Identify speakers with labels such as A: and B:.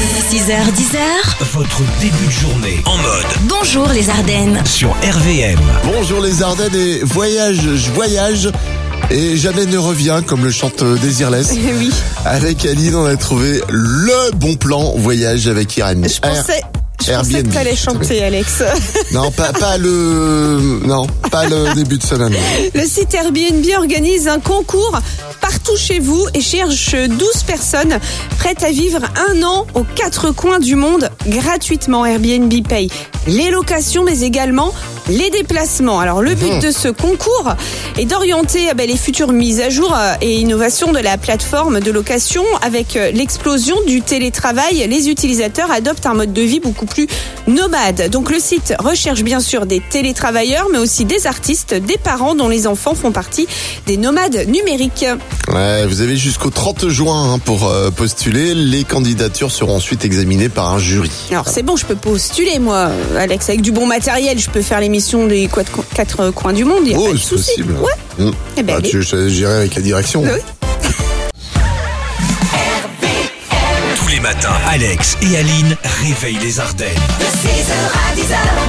A: 6h, 10h,
B: Votre début de journée en mode
A: bonjour les Ardennes.
B: sur RVM.
C: Bonjour les Ardennes et voyage, je voyage et jamais ne reviens comme le chante Désirless.
D: Eh Oui,
C: Avec Aline, on a trouvé le bon plan voyage avec Irène.
D: je pensais, je pensais que
C: Airbnb.
D: t'allais chanter, Alex.
C: Non, pas, pas le, non, pas le début de semaine.
D: Le site Airbnb organise un concours partout chez vous et cherche 12 personnes prêtes à vivre un an aux quatre coins du monde gratuitement. Airbnb paye les locations, mais également les déplacements. Alors, le but de ce concours est d'orienter eh ben, les futures mises à jour euh, et innovations de la plateforme de location avec euh, l'explosion du télétravail. Les utilisateurs adoptent un mode de vie beaucoup plus nomade. Donc le site recherche bien sûr des télétravailleurs, mais aussi des artistes, des parents dont les enfants font partie des nomades numériques.
C: Ouais, vous avez jusqu'au 30 juin hein, pour euh, postuler. Les candidatures seront ensuite examinées par un jury.
D: Alors c'est bon, je peux postuler moi, euh, Alex, avec du bon matériel, je peux faire l'émission des quatre, quatre coins du monde. il y a
C: Oh,
D: pas de souci. Ouais.
C: Mmh.
D: Eh ben,
C: Bah,
D: allez.
C: tu- je- J'irai avec la direction.
D: Bah oui.
B: Tous les matins, Alex et Aline réveillent les Ardennes.
E: De 6h à 10h